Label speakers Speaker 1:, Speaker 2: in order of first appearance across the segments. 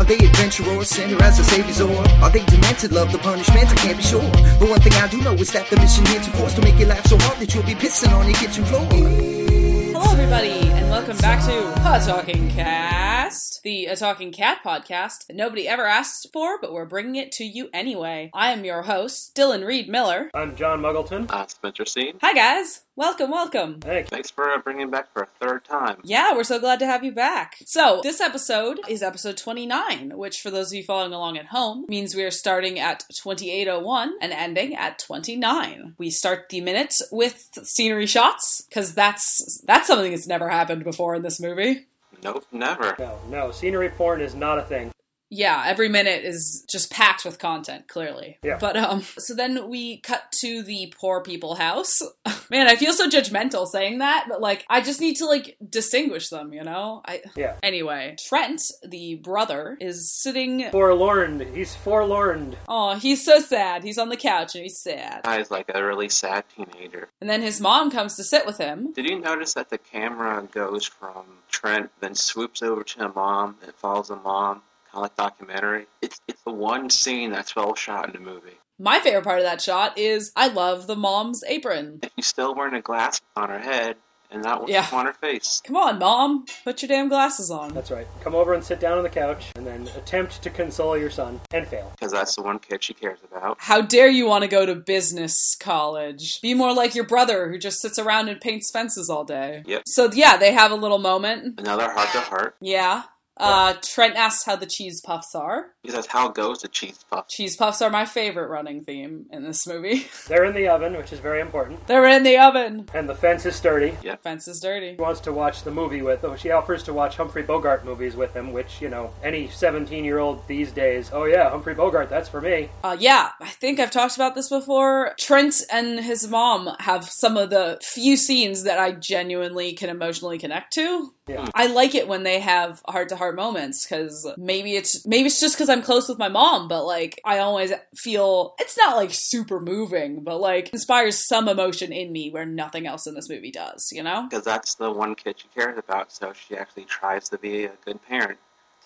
Speaker 1: Are they adventurers, send her as a savior's or Are they demented, love the punishment? I can't be sure. But one thing I do know is that the mission here to force to make your life so hard that you'll be pissing on your kitchen floor.
Speaker 2: Hello, everybody, and welcome back to A Talking Cast, the A Talking Cat podcast that nobody ever asked for, but we're bringing it to you anyway. I am your host, Dylan Reed Miller.
Speaker 3: I'm John Muggleton.
Speaker 4: Uh, Spencer Scene.
Speaker 2: Hi, guys. Welcome, welcome.
Speaker 3: Hey,
Speaker 4: Thanks for uh, bringing him back for a third time.
Speaker 2: Yeah, we're so glad to have you back. So, this episode is episode 29, which for those of you following along at home means we are starting at 2801 and ending at 29. We start the minute with scenery shots cuz that's that's something that's never happened before in this movie.
Speaker 4: Nope, never.
Speaker 3: no, no, scenery porn is not a thing.
Speaker 2: yeah, every minute is just packed with content, clearly.
Speaker 3: Yeah.
Speaker 2: But um so then we cut to the poor people house. Man, I feel so judgmental saying that, but like I just need to like distinguish them, you know? I
Speaker 3: Yeah.
Speaker 2: Anyway, Trent, the brother, is sitting
Speaker 3: Forlorn. He's forlorn.
Speaker 2: Oh, he's so sad. He's on the couch and he's sad.
Speaker 4: Guy's like a really sad teenager.
Speaker 2: And then his mom comes to sit with him.
Speaker 4: Did you notice that the camera goes from Trent, then swoops over to mom, and follows the mom, kind of like documentary? It's it's the one scene that's well shot in the movie.
Speaker 2: My favorite part of that shot is I love the mom's apron.
Speaker 4: If she's still wearing a glass on her head and not one
Speaker 2: Yeah.
Speaker 4: on her face,
Speaker 2: Come on, mom, put your damn glasses on.
Speaker 3: That's right. Come over and sit down on the couch, and then attempt to console your son, and fail.
Speaker 4: because that's the one kid she cares about.
Speaker 2: How dare you want to go to business college? Be more like your brother who just sits around and paints fences all day.
Speaker 4: Yep.
Speaker 2: So yeah, they have a little moment.
Speaker 4: Another heart to heart.
Speaker 2: Yeah. Uh, Trent asks how the cheese puffs are.
Speaker 4: He says, "How goes the cheese puff?"
Speaker 2: Cheese puffs are my favorite running theme in this movie.
Speaker 3: They're in the oven, which is very important,
Speaker 2: They're in the oven.
Speaker 3: and the fence is sturdy.
Speaker 2: Fence is dirty.
Speaker 3: He wants to watch the movie with. Oh, she offers to watch Humphrey Bogart movies with him, which you know any 17-year-old these days. Oh yeah, Humphrey Bogart. That's for me.
Speaker 2: Uh, yeah, I think I've talked about this before. Trent and his mom have some of the few scenes that I genuinely can emotionally connect to.
Speaker 3: Yeah.
Speaker 2: I like it when they have heart to heart moments because maybe it's maybe it's just because I'm close with my mom, but like I always feel it's not like super moving, but like inspires some emotion in me where nothing else in this movie does. You know?
Speaker 4: because that's the one kid she cares about. So she actually tries to be a good parent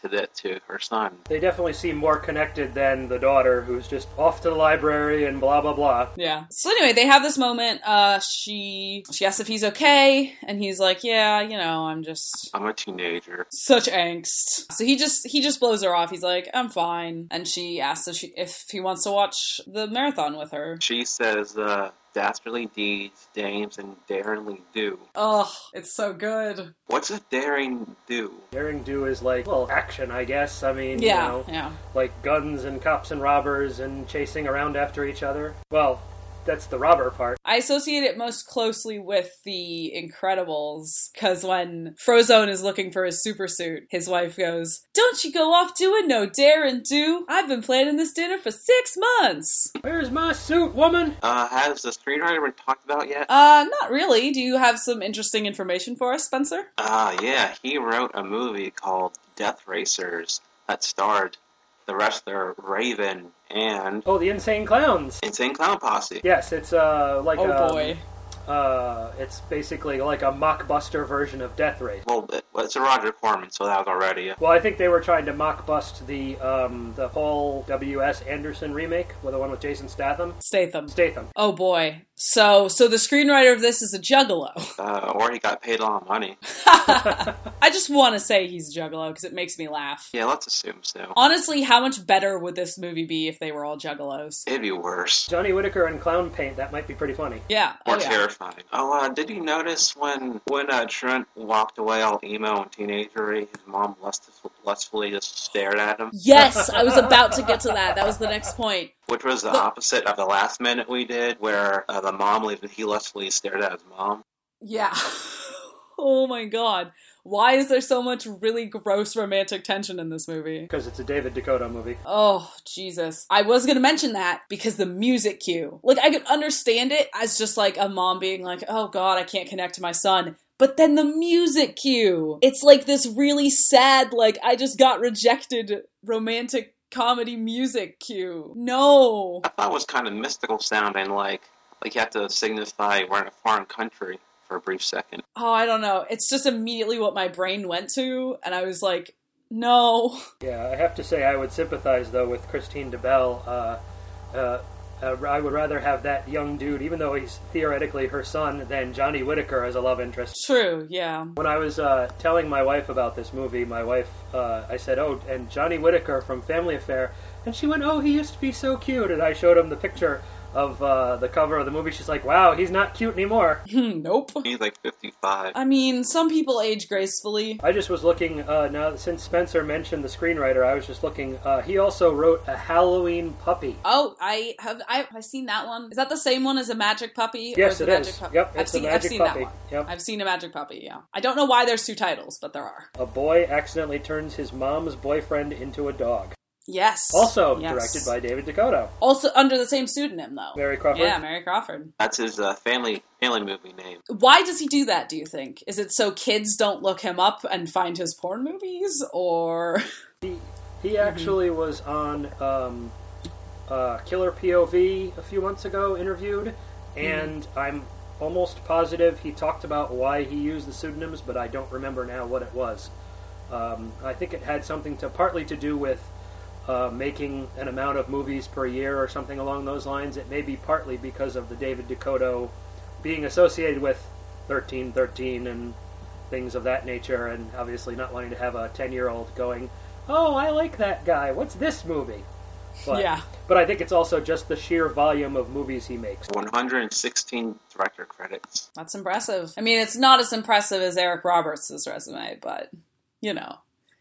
Speaker 4: to the, to her son.
Speaker 3: They definitely seem more connected than the daughter, who's just off to the library and blah blah blah.
Speaker 2: Yeah. So anyway, they have this moment. Uh, she she asks if he's okay, and he's like, "Yeah, you know, I'm just
Speaker 4: I'm a teenager.
Speaker 2: such angst. So he just he just blows her off. He's like, "I'm fine," and she asks if, she, if he wants to watch the marathon with her.
Speaker 4: She says, uh, "Dastardly deeds, dames, and daringly do."
Speaker 2: Ugh, it's so good.
Speaker 4: What's a daring do?
Speaker 3: Daring do is like well action, I guess. I mean,
Speaker 2: Yeah,
Speaker 3: you know,
Speaker 2: yeah.
Speaker 3: like guns and cops and robbers and chasing around after each other. Well, that's the robber part.
Speaker 2: I associate it most closely with the Incredibles because when Frozone is looking for his super suit, his wife goes, "Don't you go off doing no dare and do. I've been planning this dinner for six months."
Speaker 3: Where's my suit, woman?
Speaker 4: Uh, has the screenwriter been talked about yet?
Speaker 2: Uh, not really. Do you have some interesting information for us, Spencer?
Speaker 4: Ah, yeah, he wrote a movie called Death Racers that starred the wrestler Raven and
Speaker 3: Oh, the insane clowns.
Speaker 4: Insane Clown Posse.
Speaker 3: Yes, it's uh like
Speaker 2: oh
Speaker 3: um,
Speaker 2: boy.
Speaker 3: uh it's basically like a mockbuster version of Death Race.
Speaker 4: Well, it- well, it's a Roger Corman, so that was already a
Speaker 3: Well, I think they were trying to mock bust the um the Paul W S Anderson remake, well, the one with Jason Statham.
Speaker 2: Statham.
Speaker 3: Statham.
Speaker 2: Oh boy. So, so the screenwriter of this is a juggalo.
Speaker 4: Uh, or he got paid a lot of money.
Speaker 2: I just want to say he's a juggalo because it makes me laugh.
Speaker 4: Yeah, let's assume so.
Speaker 2: Honestly, how much better would this movie be if they were all juggalos?
Speaker 4: It'd be worse.
Speaker 3: Johnny Whitaker and clown paint, that might be pretty funny.
Speaker 2: Yeah.
Speaker 4: More
Speaker 2: oh, yeah.
Speaker 4: terrifying. Oh, uh, did you notice when when uh, Trent walked away all emo and teenagery, his mom lustful, lustfully just stared at him,
Speaker 2: Yes, I was about to get to that. That was the next point.
Speaker 4: which was the opposite of the last minute we did, where uh, the mom leave- he lustfully stared at his mom.
Speaker 2: Yeah. oh my god. Why is there so much really gross romantic tension in this movie?
Speaker 3: Because it's a David Dakota movie.
Speaker 2: Oh, Jesus. I was going to mention that because the music cue. Like, I could understand it as just like a mom being like, oh God, I can't connect to my son. But then the music cue. It's like this really sad, like, I just got rejected romantic comedy music cue. No.
Speaker 4: I thought it was kind of mystical sounding, like like you have to signify we're in a foreign country for a brief second.
Speaker 2: Oh, I don't know. It's just immediately what my brain went to. And I was like, no.
Speaker 3: Yeah, I have to say I would sympathize though with Christine DeBell. Uh, uh, uh, I would rather have that young dude, even though he's theoretically her son, than Johnny Whitaker as a love interest.
Speaker 2: True, yeah.
Speaker 3: When I was uh, telling my wife about this movie, my wife, uh, I said, "Oh, and Johnny Whitaker from Family Affair," and she went, "Oh, he used to be so cute." And I showed him the picture of uh, the cover of the movie. She's like, "Wow, he's not cute anymore."
Speaker 2: Hmm, nope.
Speaker 4: He's like fifty five.
Speaker 2: I mean, some people age gracefully.
Speaker 3: I just was looking uh, now since Spencer mentioned the screenwriter. I was just looking. Uh, he also wrote a Halloween puppy.
Speaker 2: Oh, I have I have I seen that one. Is that the same one as a magic puppy? Or
Speaker 3: Yes,
Speaker 2: the
Speaker 3: it
Speaker 2: magic
Speaker 3: is.
Speaker 2: Puppy?
Speaker 3: Yep,
Speaker 2: I've
Speaker 3: it's the
Speaker 2: seen I've
Speaker 3: magic
Speaker 2: seen
Speaker 3: puppy.
Speaker 2: that one.
Speaker 3: Yep.
Speaker 2: I've seen a magic puppy, yeah. I don't know why there's two titles, but there are.
Speaker 3: A boy accidentally turns his mom's boyfriend into a dog.
Speaker 2: Yes.
Speaker 3: Also
Speaker 2: Yes.
Speaker 3: directed by David Dakota.
Speaker 2: Also under the same pseudonym though.
Speaker 3: Mary Crawford.
Speaker 2: Yeah, Mary Crawford.
Speaker 4: That's his uh, family family movie name.
Speaker 2: Why does he do that, do you think? Is it so kids don't look him up and find his porn movies or
Speaker 3: He, he actually was on um, uh, Killer POV a few months ago, interviewed, and I'm almost positive he talked about why he used the pseudonyms, but I don't remember now what it was. Um, I think it had something to partly to do with uh, making an amount of movies per year or something along those lines. It may be partly because of the David Dakota being associated with 1313 and things of that nature, and obviously not wanting to have a 10 year old going, Oh, I like that guy. What's this movie? But,
Speaker 2: Yeah.
Speaker 3: But I think it's also just the sheer volume of movies he makes.
Speaker 4: One hundred and sixteen director credits.
Speaker 2: That's impressive. I mean, it's not as impressive as Eric Roberts' resume, but you know,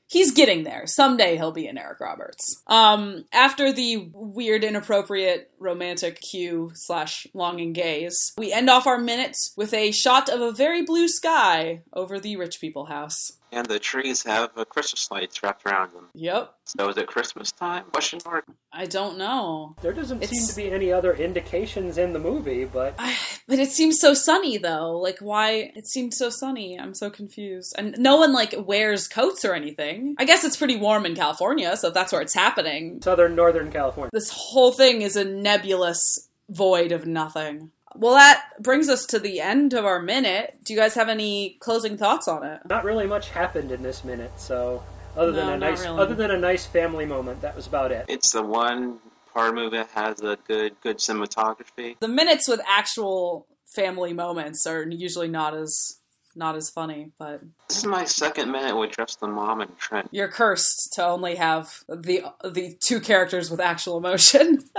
Speaker 2: he's getting there. Someday he'll be an Eric Roberts. Um, after the weird, inappropriate romantic cue slash longing gaze, we end off our minutes with a shot of a very blue sky over the rich people house.
Speaker 4: And the trees have uh, Christmas lights wrapped around them.
Speaker 2: Yep.
Speaker 4: So is it Christmas time? Question mark.
Speaker 2: I don't know.
Speaker 3: There doesn't seem
Speaker 2: It's-
Speaker 3: to be any other indications in the movie, but
Speaker 2: I, but it seems so sunny though. Like why it seemed so sunny? I'm so confused. And no one like wears coats or anything. I guess it's pretty warm in California, so if that's where it's happening.
Speaker 3: Southern Northern California.
Speaker 2: This whole thing is a nebulous void of nothing. Well, that brings us to the end of our minute. Do you guys have any closing thoughts on it?
Speaker 3: Not really much happened in this minute, so other than
Speaker 2: No,
Speaker 3: a
Speaker 2: not
Speaker 3: nice
Speaker 2: really.
Speaker 3: other than a nice family moment, that was about it.
Speaker 4: It's the one horror movie that has a good good cinematography.
Speaker 2: The minutes with actual family moments are usually not as not as funny, but
Speaker 4: This is my second minute with just the mom and Trent.
Speaker 2: you're cursed to only have the the two characters with actual emotion.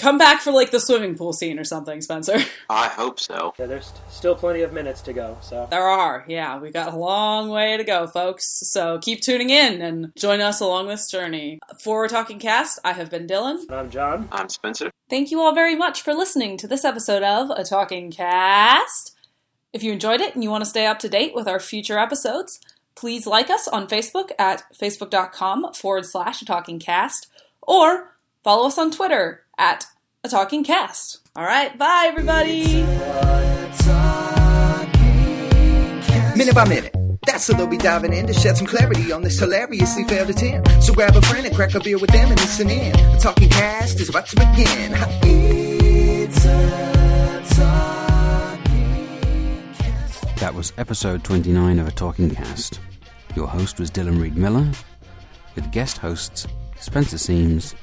Speaker 2: Come back for like the swimming pool scene or something, Spencer.
Speaker 4: I hope so.
Speaker 3: Yeah, there's still plenty of minutes to go, so
Speaker 2: There are, yeah, we got a long way to go, folks. So keep tuning in and join us along this journey. For Talking Cast, I have been Dylan.
Speaker 3: I'm John.
Speaker 4: I'm Spencer.
Speaker 2: Thank you all very much for listening to this episode of A Talking Cast. If you enjoyed it and you want to stay up to date with our future episodes, please like us on Facebook at facebook.com forward slash A Talking Cast or follow us on Twitter at A Talking Cast. All right, bye everybody.
Speaker 1: Minute by minute. That's what they'll be diving in to shed some clarity on this hilariously failed attempt. So grab a friend and crack a beer with them and listen in. The talking cast is about to begin. It's
Speaker 5: That was episode 29 of A Talking Cast. Your host was Dylan Reed Miller, with guest hosts Spencer Seams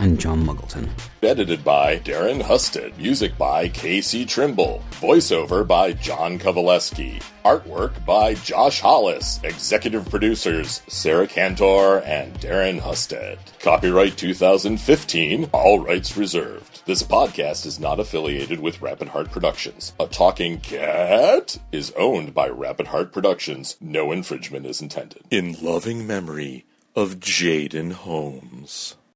Speaker 5: and John Muggleton.
Speaker 6: Edited by Darren Husted. Music by Casey Trimble. Voiceover by John Kovaleski. Artwork by Josh Hollis. Executive producers Sarah Cantor and Darren Husted. Copyright 2015. All rights reserved. This podcast is not affiliated with Rapid Heart Productions. A talking cat is owned by Rapid Heart Productions. No infringement is intended. In loving memory of Jaden Holmes.